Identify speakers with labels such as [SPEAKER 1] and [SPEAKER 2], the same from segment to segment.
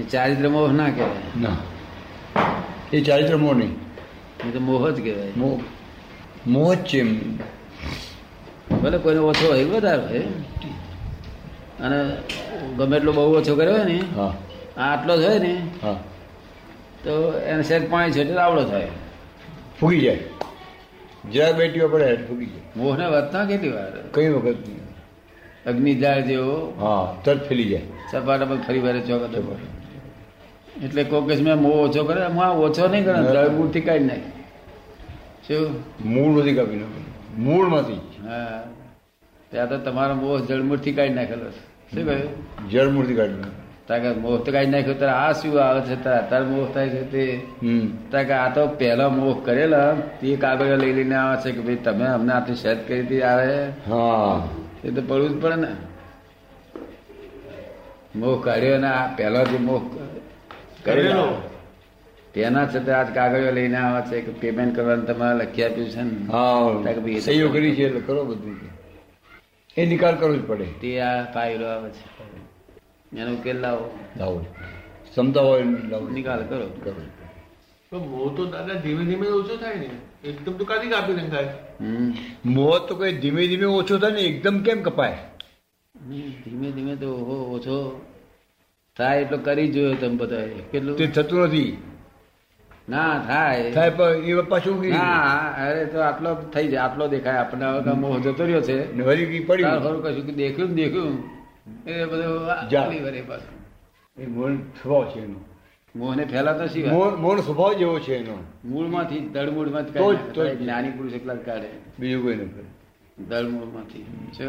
[SPEAKER 1] એ ચારિત્ર મોહ ના કહેવાય
[SPEAKER 2] ના એ ચારિત્ર મોહ નહીં
[SPEAKER 1] એ તો મોહ જ કહેવાય
[SPEAKER 2] મોહ મોહ જ છે એમ.
[SPEAKER 1] ભલે કોઈનો ઓછો હોય વધારે હોય અને ગમે એટલો બહુ ઓછો કર્યો હોય ને
[SPEAKER 2] હા
[SPEAKER 1] આ આટલો જ હોય ને
[SPEAKER 2] હા
[SPEAKER 1] તો એને શેર પાણી છે એટલે આવડો થાય
[SPEAKER 2] ફૂગી જાય જરા બેટીઓ પડે એટલે ફૂગી જાય
[SPEAKER 1] મોહને વધતા કેટલી વાર
[SPEAKER 2] કઈ વખત નહીં.
[SPEAKER 1] અગ્નિજાળ જેવો
[SPEAKER 2] હા તરત ફેલી જાય
[SPEAKER 1] સપાટા પર ફરી વારે ચોકટ એટલે કોઈ કેસમાં મોહ ઓછો કરે મોહ આ ઓછો નહીં કરે દ્રવ્યથી કાઢી નાખે શું
[SPEAKER 2] મૂળ નથી કાપી નાખ્યું. મૂળમાંથી
[SPEAKER 1] હા ત્યાં તો તમારો મોહ જળમૂળથી કાઢી નાખેલો છે શું કહ્યું
[SPEAKER 2] જળ મૂળથી કાઢી નાખ્યું.
[SPEAKER 1] તાકે મોહ તો કાઢી નાખ્યો તારે આ શું આવે છે તારે અત્યારે મોહ થાય છે તે
[SPEAKER 2] હમ
[SPEAKER 1] તાકે આ તો પહેલા મોહ કરેલા તે કાગળ લઈ લઈને આવે છે કે ભાઈ તમે અમને આટલી શેત કરી હતી આવે
[SPEAKER 2] હા
[SPEAKER 1] એ તો પડવું જ પડે ને મોહ કાઢ્યો ને આ પહેલા જે મોહ કરેલો તેના છતાં આજ કાગળો લઈને આવે છે કે પેમેન્ટ કરવાનું તમારે લખી આપ્યું છે ને
[SPEAKER 2] હા
[SPEAKER 1] તાકે ભઈ એ તો
[SPEAKER 2] સહીઓ કરી છે એટલે કરો બધું એ નિકાલ કરવો જ પડે
[SPEAKER 1] તે આ ફાઇલો આવે છે એનો ઉકેલ લાવો
[SPEAKER 2] લાવો ક્ષમતા હોય એમ લાવો
[SPEAKER 1] નિકાલ કરો
[SPEAKER 2] કરો
[SPEAKER 3] પણ મોહ તો દાદા ધીમે ધીમે ઓછો થાય ને એકદમ તો કાઢી કાપી નાખાય
[SPEAKER 1] હમ
[SPEAKER 2] મોહ તો કઈ ધીમે ધીમે ઓછો થાય ને એકદમ કેમ કપાય
[SPEAKER 1] હમ, ધીમે ધીમે તો ઓહો ઓછો થાય એટલો કરી જોયો તમે બધા
[SPEAKER 2] તે
[SPEAKER 1] કેટલું
[SPEAKER 2] થતું નથી
[SPEAKER 1] ના થાય
[SPEAKER 2] થાય પણ એ પાછું ઉગી ગયું.
[SPEAKER 1] ના અરે તો આટલો થઈ જાય આટલો દેખાય આપણને હવે કાં મોહ જતો રહ્યો છે
[SPEAKER 2] ને વળી ઉગી
[SPEAKER 1] તાર
[SPEAKER 2] પડ્યું
[SPEAKER 1] ખરું કશું કે દેખ્યું ને દેખ્યું એ બધું આ
[SPEAKER 2] જા.
[SPEAKER 1] ફરી વળે પાછું.
[SPEAKER 2] એ મોહન સ્વભાવ છે એનો
[SPEAKER 1] મોહને ફેલાતો શિવાય
[SPEAKER 2] મોહ- મોહનો સ્વભાવ જેવો છે એનો
[SPEAKER 1] મૂળમાંથી દળમૂળમાંથી
[SPEAKER 2] તો જ-
[SPEAKER 1] કાઢી
[SPEAKER 2] તો જ.
[SPEAKER 1] નાખે. જ્ઞાની પુરુષ એકલા જ કાઢે
[SPEAKER 2] બીજું કોઈ નથી
[SPEAKER 1] દળમૂળમાંથી જો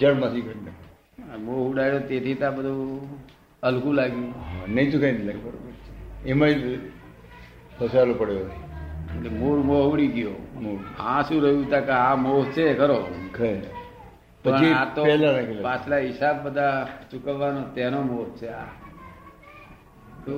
[SPEAKER 2] જળમાંથી કરી નાખે.
[SPEAKER 1] આ મોહ ઉડાડ્યો તેથી તો આ બધું હલકું લાગ્યું
[SPEAKER 2] હા, નહીં તો કઈ નહીં લાગે બરોબર છે. એમાં જ ફસાયેલો પડ્યો હોય.
[SPEAKER 1] એટલે મૂળ મોહ ઉડી ગયો
[SPEAKER 2] મૂળ.
[SPEAKER 1] આ શું રહ્યું તા કે આ મોહ છે ખરો
[SPEAKER 2] ખરે.
[SPEAKER 1] પણ
[SPEAKER 2] પછી
[SPEAKER 1] આ તો
[SPEAKER 2] પહેલા રાખેલો.
[SPEAKER 1] પાછલા હિસાબ બધા ચૂકવવાનો તેનો મોહ છે આ તો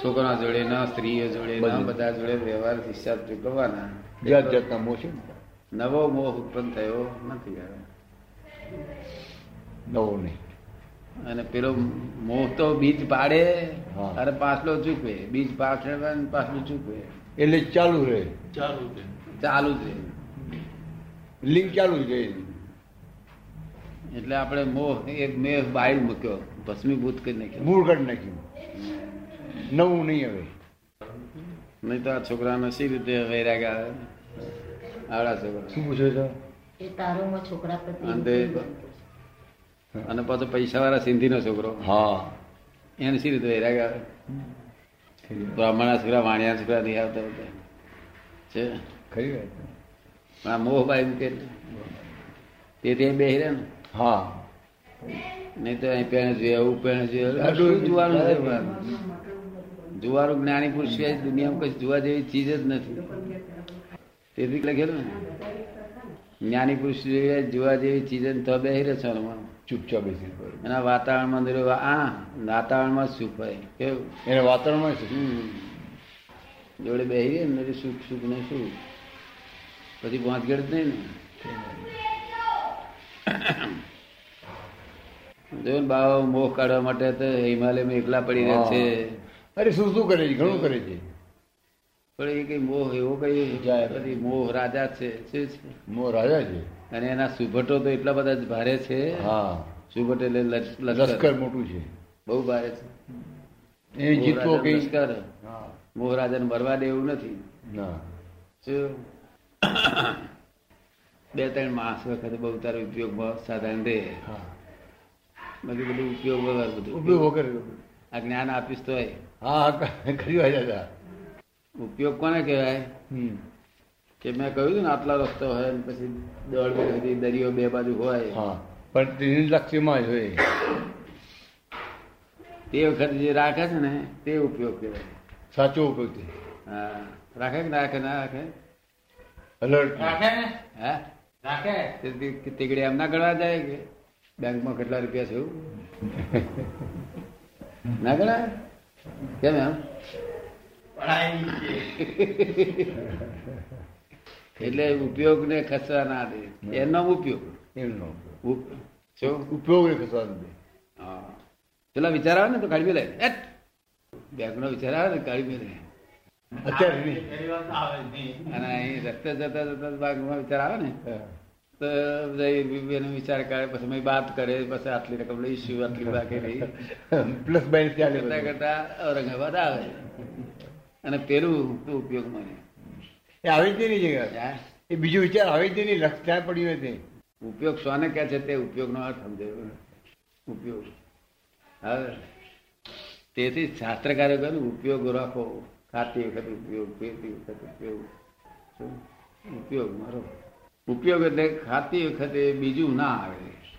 [SPEAKER 1] છોકરા જોડે ના સ્ત્રીઓ જોડે ના
[SPEAKER 2] બધું.
[SPEAKER 1] બધા જોડે વ્યવહાર હિસાબ ચૂકવવાના
[SPEAKER 2] જાત જાતના મોહ છે ને.
[SPEAKER 1] નવો મોહ ઉત્પન્ન થયો નથી હવે.
[SPEAKER 2] નવો નહીં
[SPEAKER 1] અને પેલો મોહ તો બીજ પાડે
[SPEAKER 2] હા.
[SPEAKER 1] અને પાછલો ચૂકવે બીજ પાછળ અને પાછલું ચૂકવે
[SPEAKER 2] એટલે ચાલુ રહે
[SPEAKER 3] ચાલુ છે
[SPEAKER 1] ચાલુ જ રહે
[SPEAKER 2] લિંક ચાલુ જ રહે
[SPEAKER 1] એટલે આપણે મોહ એક મેં બાયલ મૂક્યો ભસ્મીભૂત કરી નાખ્યો
[SPEAKER 2] મૂળ કાઢી નાખ્યું નવું નહીં હવે
[SPEAKER 1] નહીં તો આ છોકરાને સી રીતે વૈરાગ આવે આવડા છોકરા
[SPEAKER 2] શું પૂછો છો
[SPEAKER 4] એ તારોમાં છોકરા પ્રત્યે
[SPEAKER 1] અંતે અને પાછો પૈસા વાળા સિંધી નો છોકરો
[SPEAKER 2] હા
[SPEAKER 1] એને સી રીતે વૈરાગ આવે બ્રાહ્મણના છોકરા વાણિયા છોકરા નહીં આવતા બધા છે
[SPEAKER 2] ખરી વાત
[SPEAKER 1] પણ
[SPEAKER 2] છે.
[SPEAKER 1] આ મોહ બાય મૂકે તેથી બે હિરે ને
[SPEAKER 2] હા
[SPEAKER 1] નહીં તો અહીં પેણે જોઈએ આવું પેણે જોઈએ આ શું જુવાનું છે પણ? જુવારું જ્ઞાની પુરુષ સિવાય દુનિયામાં કશું જોવા જેવી ચીજ જ નથી તેથી લખેલું ને જ્ઞાની પુરુષ સિવાય જોવા જેવી ચીજ જ તો બે હિરે છોડમાં
[SPEAKER 2] ચૂપચાપ બેસી રહેવાનું.
[SPEAKER 1] એના વાતાવરણમાં અંદર આ વાતાવરણમાં જ સુખ હોય કેવું
[SPEAKER 2] એને વાતાવરણમાં શું?
[SPEAKER 1] હમ. જોડે બે હિરે ને એટલે સુખ સુખ ને સુખ પછી પહોંચગઢ જ નહીં ને જો ને બાવા મોહ કાઢવા માટે તો હિમાલયમાં એકલા પડી રહે છે
[SPEAKER 2] અરે શું શું કરે છે ઘણું કરે છે
[SPEAKER 1] પણ એ કઈ મોહ એવો કઈ
[SPEAKER 2] જાય.
[SPEAKER 1] બધી મોહ રાજા છે શું છે
[SPEAKER 2] મો રાજા છે
[SPEAKER 1] અને એના સુભટો તો એટલા બધા જ ભારે છે
[SPEAKER 2] હા
[SPEAKER 1] સુભટ એટલે લશ- લશ્કર
[SPEAKER 2] લશ્કર મોટું છે
[SPEAKER 1] બહુ ભારે છે
[SPEAKER 2] એ
[SPEAKER 1] મોહ
[SPEAKER 2] જીતવો
[SPEAKER 1] રાજાનું
[SPEAKER 2] કઈ
[SPEAKER 1] લશ્કર
[SPEAKER 2] હા.
[SPEAKER 1] મોહ રાજાને મરવા દે એવું નથી
[SPEAKER 2] ના
[SPEAKER 1] શું? બે ત્રણ માસ વખતે બહુ તારો ઉપયોગમાં સાધારણ રહે
[SPEAKER 2] હા.
[SPEAKER 1] બાકી બધું ઉપયોગ વગર બધું
[SPEAKER 2] ઉપયોગ વગર
[SPEAKER 1] આ જ્ઞાન આપીશ તો
[SPEAKER 2] હા હા, ખરી વાત છે દાદા.
[SPEAKER 1] ઉપયોગ કોને કહેવાય
[SPEAKER 2] હમ.
[SPEAKER 1] કે મેં કહ્યું હતું ને આટલા રસ્તો હોય ને પછી દોઢ મીટર સુધી દરિયો બે બાજુ હોય
[SPEAKER 2] હા પણ તેની લક્ષ્યમાં જ હોય
[SPEAKER 1] તે વખતે જે રાખે છે ને તે ઉપયોગ કહેવાય
[SPEAKER 2] સાચો ઉપયોગ છે
[SPEAKER 1] હા રાખે કે ના રાખે ના રાખે
[SPEAKER 2] alert.
[SPEAKER 1] હા તે- તે- તે તીકડી એમ ના ગણવા જાય કે બેંકમાં કેટલા રૂપિયા છે એવું ના ગણાય કેમ એમ એટલે ઉપયોગ ને ખસવા ના દે એનો ઉપયોગ
[SPEAKER 2] એમનો ઉપયોગ.
[SPEAKER 1] ઉપ- શું
[SPEAKER 2] ઉપયોગ ને ખસવાનું છે.
[SPEAKER 1] હા પેલા વિચાર આવે ને તો કાઢી મેલે એટ! બેંકનો વિચાર આવે ને કાઢી મેલે
[SPEAKER 2] અત્યારે નહીં.
[SPEAKER 3] એવી વાત આવે જ નહીં.
[SPEAKER 1] અને અહીં રસ્તે જતા જતા બેંકમાં વિચાર આવે ને
[SPEAKER 2] હા.
[SPEAKER 1] તો જઈ એનો વિચાર કરે પછી અમે વાત કરે પછી આટલી રકમ લઈશું આટલી બાકી રહી
[SPEAKER 2] પ્લસ માઇનસ ચાલે બધું.
[SPEAKER 1] કરતા કરતા ઔરંગાબાદ આવે અને પેલું તો ઉપયોગમાં લે.
[SPEAKER 2] એ આવે જ નહીં જગ્યા
[SPEAKER 1] આ
[SPEAKER 2] એ બીજો વિચાર આવે જ નહીં લક્ષ ત્યાં પડ્યું હોય તે
[SPEAKER 1] ઉપયોગ શોને કહે છે તે ઉપયોગનો અર્થ સમજાયો ઉપયોગ હવે તેથી શાસ્ત્રકારો કહે ને ઉપયોગ રાખો ખાતી વખતે ઉપયોગ પીતી વખતે ઉપયોગ શું? ઉપયોગ મારો ઉપયોગ એટલે ખાતી વખતે બીજું ના આવે શું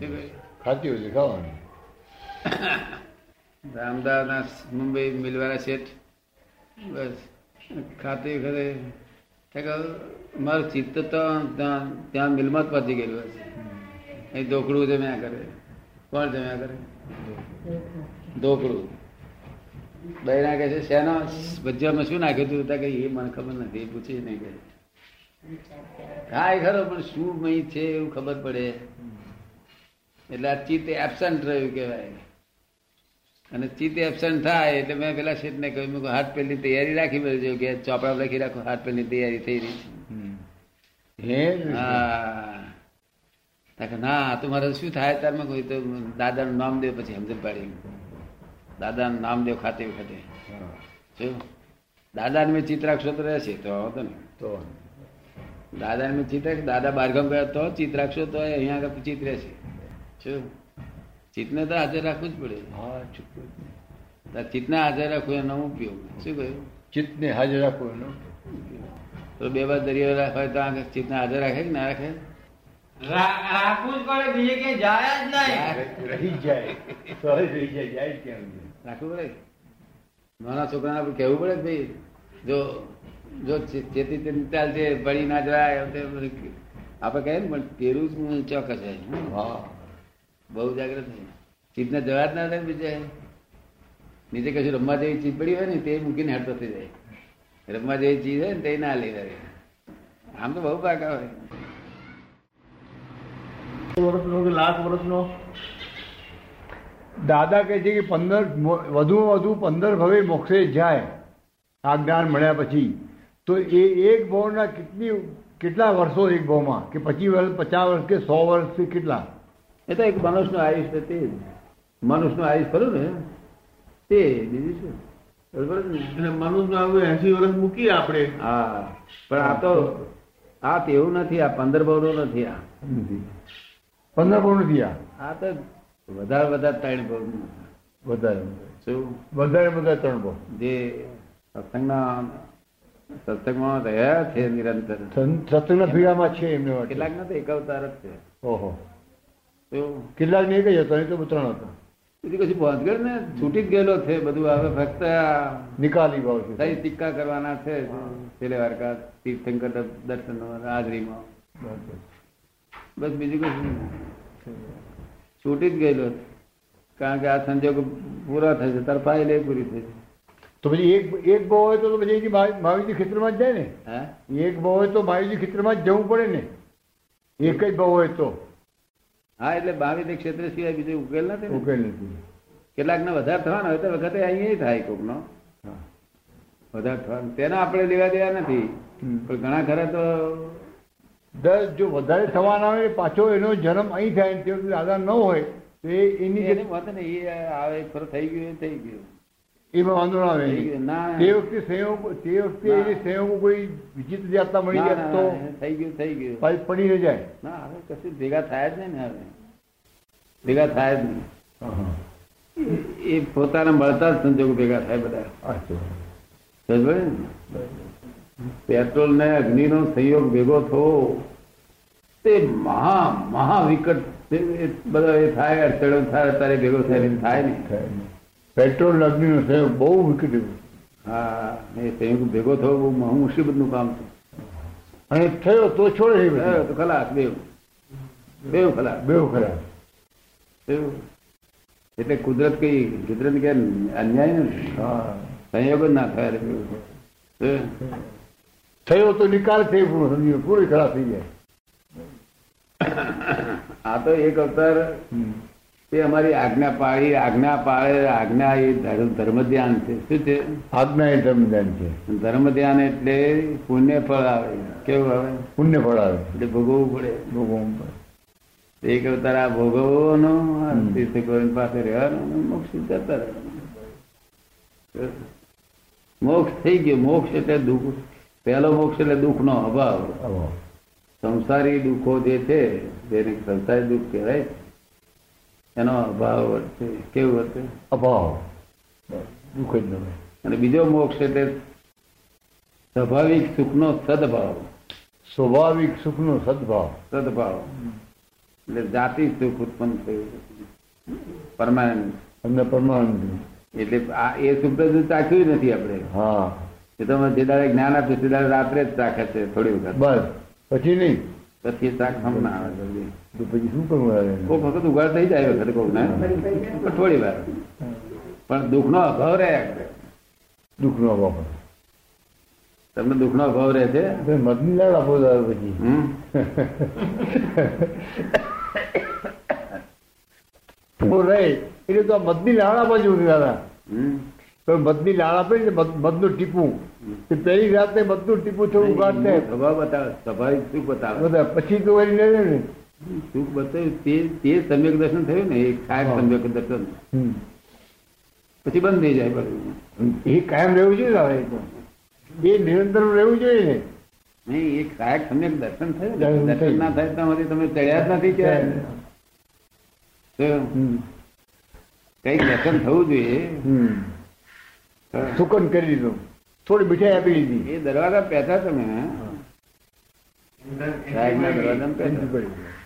[SPEAKER 1] કહે?
[SPEAKER 2] ખાતી હોય છે ખાવાનું
[SPEAKER 1] અમદાવાદના મુંબઈ મિલવાના શેઠ બસ ખાતી વખતે તે કહ્યું, મારું ચિત્ત તો ત્યાં ત્યાં મિલમાં જ પહોંચી ગયેલું હશે અહીં દોકડું જમ્યા કરે કોણ જમ્યા કરે દોકડું દહીં નાખે છે શેનો ભજીયામાં શું નાખ્યું હતું ત્યાં કે એ મને ખબર નથી એ પૂછી નહીં કહે હા એ ખરો પણ શું મય છે એવું ખબર પડે એટલે આ ચિત્ત એબસન્ટ રહ્યું કહેવાય અને ચિત્ત એબસન્ટ થાય એટલે મેં પેલા શેઠને કહ્યું મેં કહ્યું, હાથ પેલી તૈયારી રાખી મેળજો કે ચોપડા પર લખી રાખો હાથ પેલી તૈયારી થઈ રહી છે
[SPEAKER 2] હે
[SPEAKER 1] હા તા કે, ના તમારે શું થાય તાર મેં કહ્યું, તો દાદાનું નામ દે પછી સમજણ પાડી દાદાનું નામ દે ખાતે વખતે
[SPEAKER 2] હા,
[SPEAKER 1] શું દાદાને મેં ચિત્ત રાખશો તો રહેશે તો વાંધો નહીં
[SPEAKER 2] તો
[SPEAKER 1] દાદાને મેં ચિત્ર દાદા બહારગામ ગયા તો ચિત રાખશો તો અહીંયા આગળ ચિત રહેશે શું ચિત્તને તો હાજર રાખવું જ પડે
[SPEAKER 2] હા ચૂકવું જ નહીં.
[SPEAKER 1] તાર ચિત્તને હાજર રાખવું એનો ઉપયોગ શું કહ્યું
[SPEAKER 2] ચિત્તને હાજર રાખવું એનો
[SPEAKER 1] તો બે બાર દરિયો રાખવા હોય તો આ ચિત્તને હાજર રાખે કે ના રાખે
[SPEAKER 5] રા- રાખવું જ પડે બીજે ક્યાંય જાય જ નહીં
[SPEAKER 2] રહી જાય સહજ રહી જાય જાય જ કેમ નહીં.
[SPEAKER 1] રાખવું પડે નાના છોકરાને આપણે કહેવું પડે કે ભાઈ જો જો ચે- ચેતી ચિંતા છે ભણી ના જવાય એવું તે બધું. આપણે કહીએ ને પણ તેરું જ હું ચોક્કસ છે હમ.
[SPEAKER 2] હા
[SPEAKER 1] બહુ જાગ્રત છે ચિત્તને જવા જ ના દે બીજે નીચે કશું રમવા જેવી ચીજ પડી હોય ને તે મૂકીને હટતો થઈ જાય રમવા જેવી ચીજ હોય ને તે ના લઈ જાય આમ તો બહુ પાકા હોય
[SPEAKER 2] દાદા કહે છે કે પંદર મો- વધુમાં વધુ પંદર ભવે મોક્ષે જાય આ જ્ઞાન મળ્યા પછી તો એ એક ભવના કેટલી કેટલા વર્ષો એક ભવમાં કે પચીસ વર્ષ પચાસ વર્ષ કે સો વર્ષ કે કેટલા
[SPEAKER 1] એ તો એક મનુષ્યનું આયુષ છે તે જ. મનુષ્યનું આયુષ ખરું ને તે બીજું શું બરોબર ને
[SPEAKER 3] એટલે મનુષ્ય આવું એસી વર્ષ મૂકીએ આપણે
[SPEAKER 1] હા પણ આ તો આ તેવું નથી આ પંદર બહુનું નથી આ
[SPEAKER 2] પંદર ભવ નથી આ
[SPEAKER 1] આ તો વધારે વધારે ત્રણ બહુનું
[SPEAKER 2] વધારે
[SPEAKER 1] શું
[SPEAKER 2] વધારે વધારે ત્રણ ભવ
[SPEAKER 1] જે સત્સંગના સત્સંગમાં રહ્યા છે નિરંતર
[SPEAKER 2] સં- સત્સંગના પીડામાં છે એમને
[SPEAKER 1] કેટલાક ના તો એક અવતાર જ છે
[SPEAKER 2] ઓહો
[SPEAKER 1] શું
[SPEAKER 2] કેટલાક નહીં કઈ હતા એ તો ત્રણ હતા
[SPEAKER 1] બીજું કશું ભાંજગઢ ને છૂટી જ ગયેલો છે બધું હવે ફક્ત આ
[SPEAKER 2] નિકાલી ભાવ છે
[SPEAKER 1] સહી ટીકા કરવાના છે છેલ્લે વારકા તીર્થંકર દર્શન હાજરીમાં બસ બીજું કશું નહીં. છૂટી જ ગયેલો કારણ કે આ સંજોગ પૂરા થશે તાર પાય લે પૂરી થશે
[SPEAKER 2] તો પછી એક એક ભાવ હોય તો પછી એની મા- માવીજી ખેતરમાં જ જાય ને
[SPEAKER 1] હા
[SPEAKER 2] એક ભાવ હોય તો માયુજી ખેતરમાં જ જવું પડે ને એક જ ભાવ હોય તો
[SPEAKER 1] હા એટલે બાવીસ ક્ષેત્ર સિવાય બીજો ઉકેલ નથી ને.
[SPEAKER 2] ઉકેલ નથી
[SPEAKER 1] કેટલાકને વધારે થવાનો હોય તો વખતે અહીંયા થાય કોકનો
[SPEAKER 2] હા.
[SPEAKER 1] વધારે થવાનો તેના આપણે લેવા દેવા નથી
[SPEAKER 2] હમ.
[SPEAKER 1] પણ ઘણા ખરા તો
[SPEAKER 2] દસ જો વધારે થવાના હોય પાછો એનો જન્મ અહીં થાય ને તે વખતે દાદા ન હોય તો એ એની જે
[SPEAKER 1] એને વાંધો ને એ આવે એક ફરો થઈ ગયું એ થઈ ગયું
[SPEAKER 2] એમાં વાંધો ના
[SPEAKER 1] થઈ ગયું. ના, ના.
[SPEAKER 2] આવે તે વખતે સંયોગ તે વખતે
[SPEAKER 1] ના.
[SPEAKER 2] એને સંયોગ કોઈ વિચિત્ર જાતના મળી
[SPEAKER 1] ના,
[SPEAKER 2] જાય
[SPEAKER 1] ના,
[SPEAKER 2] તો
[SPEAKER 1] ના, થઈ ગયું થઈ ગયું
[SPEAKER 2] પાછી પડી ન જાય
[SPEAKER 1] ના હવે કશું ભેગા થાય જ નહીં ને હવે ભેગા થાય જ નહીં એ પોતાના મળતા જ સંજોગો ભેગા થાય બધા
[SPEAKER 2] અચ્છા.
[SPEAKER 1] સમજ પડી ને? પેટ્રોલ ને અગ્નિનો સંયોગ ભેગો થવો તે મહા મહા વિકટ તે એ બધા એ થાય અડચણો થાય તારે ભેગો થાય એમ થાય ને
[SPEAKER 2] થાય નહીં. પેટ્રોલ અગ્નિનો સંયોગ બહુ વિકટ એવો.
[SPEAKER 1] હા એ સંયોગ ભેગો થવો બહુ મહા મુસીબતનું કામ છે
[SPEAKER 2] અને થયો તો છોડે એ
[SPEAKER 1] હા,
[SPEAKER 2] બધું.
[SPEAKER 1] તો ખલાસ બેવ બેવ ખલાસ
[SPEAKER 2] બેવ ખરા
[SPEAKER 1] બેવ. એટલે કુદરત કઈ કુદરત કે અન્યાય નથી
[SPEAKER 2] હા
[SPEAKER 1] સંયોગ જ ના થાય એટલે બેવ. હે?
[SPEAKER 2] થયો તો નિકાલ થઈ પૂરો સમજી લો. પૂરી ખરાબ થઈ જાય
[SPEAKER 1] આ તો એક અવતાર તે અમારી આજ્ઞા પાળી આજ્ઞા પાળે આજ્ઞા એ ધર્મ ધર્મ ધ્યાન છે શું છે
[SPEAKER 2] આજ્ઞા એ ધર્મ ધ્યાન છે
[SPEAKER 1] ધર્મ ધ્યાન એટલે પુણ્ય ફળ આવે કેવું આવે
[SPEAKER 2] પુણ્ય ફળ આવે
[SPEAKER 1] એટલે ભોગવવું પડે
[SPEAKER 2] ભોગવવું પડે.
[SPEAKER 1] એક અવતાર આ ભોગવવાનો આ
[SPEAKER 2] હમ.
[SPEAKER 1] તીર્થંકરોની પાસે રહેવાનો અને મોક્ષ સુધી જતા રહેવાનું. મોક્ષ થઈ ગયો મોક્ષ એટલે દુઃખ પહેલો મોક્ષ એટલે દુઃખનો અભાવ
[SPEAKER 2] આવો.
[SPEAKER 1] સંસારી દુઃખો જે છે જેને સંસારી દુઃખ કહેવાય એનો અભાવ વર્તે કેવું વર્તે
[SPEAKER 2] અભાવ દુઃખ જ ન હોય.
[SPEAKER 1] અને બીજો મોક્ષ એટલે સ્વાભાવિક સુખનો સદભાવ
[SPEAKER 2] સ્વાભાવિક સુખનો સદભાવ
[SPEAKER 1] સદભાવ એટલે જાતિ સુખ ઉત્પન્ન થયું પરમાનન્ટ
[SPEAKER 2] અને પરમાનંદ
[SPEAKER 1] એટલે આ એ સુપ્ત તો ચાખ્યું નથી આપણે
[SPEAKER 2] હા
[SPEAKER 1] એ તો અમે જે દાડે જ્ઞાન આપે તે દાડે રાત્રે જ ચાખે છે થોડી વખત
[SPEAKER 2] બસ પછી નહીં
[SPEAKER 1] પછી એ ચાખ હમ ના આવે જલ્દી
[SPEAKER 2] તો પછી શું કરવું આવે એને?
[SPEAKER 1] કોક વખત ઉઘાડ થઈ જાય વખત કોક ને પણ થોડી વાર પણ દુઃખનો અભાવ રહે આપણે.
[SPEAKER 2] દુઃખનો અભાવ પડે.
[SPEAKER 1] તમને દુઃખનો અભાવ રહે છે
[SPEAKER 2] તો મતની લાડ આપો દાદા પછી
[SPEAKER 1] હમ?
[SPEAKER 2] તો રહે એટલે તો આ મતની લાડ આપવા જેવું છે દાદા
[SPEAKER 1] હમ?
[SPEAKER 2] તો મતની લાળ આપે ને મત- મધનું ટીપું તે પહેલી રાતે મધનું ટીપું થોડું કાઢને
[SPEAKER 1] સ્વભાવ બતાવે સ્વાભાવિક સુખ બતાવે
[SPEAKER 2] બધા પછી તો વળી લઈ લે ને
[SPEAKER 1] સુખ બતાવ્યું તે તે સમ્યક દર્શન થયું ને એ ખાસ
[SPEAKER 2] હા.
[SPEAKER 1] સમ્યક દર્શન
[SPEAKER 2] હમ.
[SPEAKER 1] પછી બંધ થઈ જાય બધું
[SPEAKER 2] એ કાયમ રહેવું જોઈએ દાદા એ તો. એ નિરંતર રહેવું જોઈએ ને
[SPEAKER 1] નહીં એક સહાયક સમ્યક દર્શન થયું ને.
[SPEAKER 2] દર્શન
[SPEAKER 1] દર્શન
[SPEAKER 2] થયું.
[SPEAKER 1] ના થાય તો અમારી તમે ચડ્યા જ નથી ક્યાંય. તો
[SPEAKER 2] હમ.
[SPEAKER 1] કઈક દર્શન થવું જોઈએ
[SPEAKER 2] હમ.
[SPEAKER 1] હા.
[SPEAKER 2] સુકન કરી દીધું થોડી મીઠાઈ આપી દીધી
[SPEAKER 1] એ દરવાજા પેતા તમે ને? સાહેબના દરવાજામાં
[SPEAKER 2] એમ
[SPEAKER 1] પેતા.
[SPEAKER 2] કરી દીધું.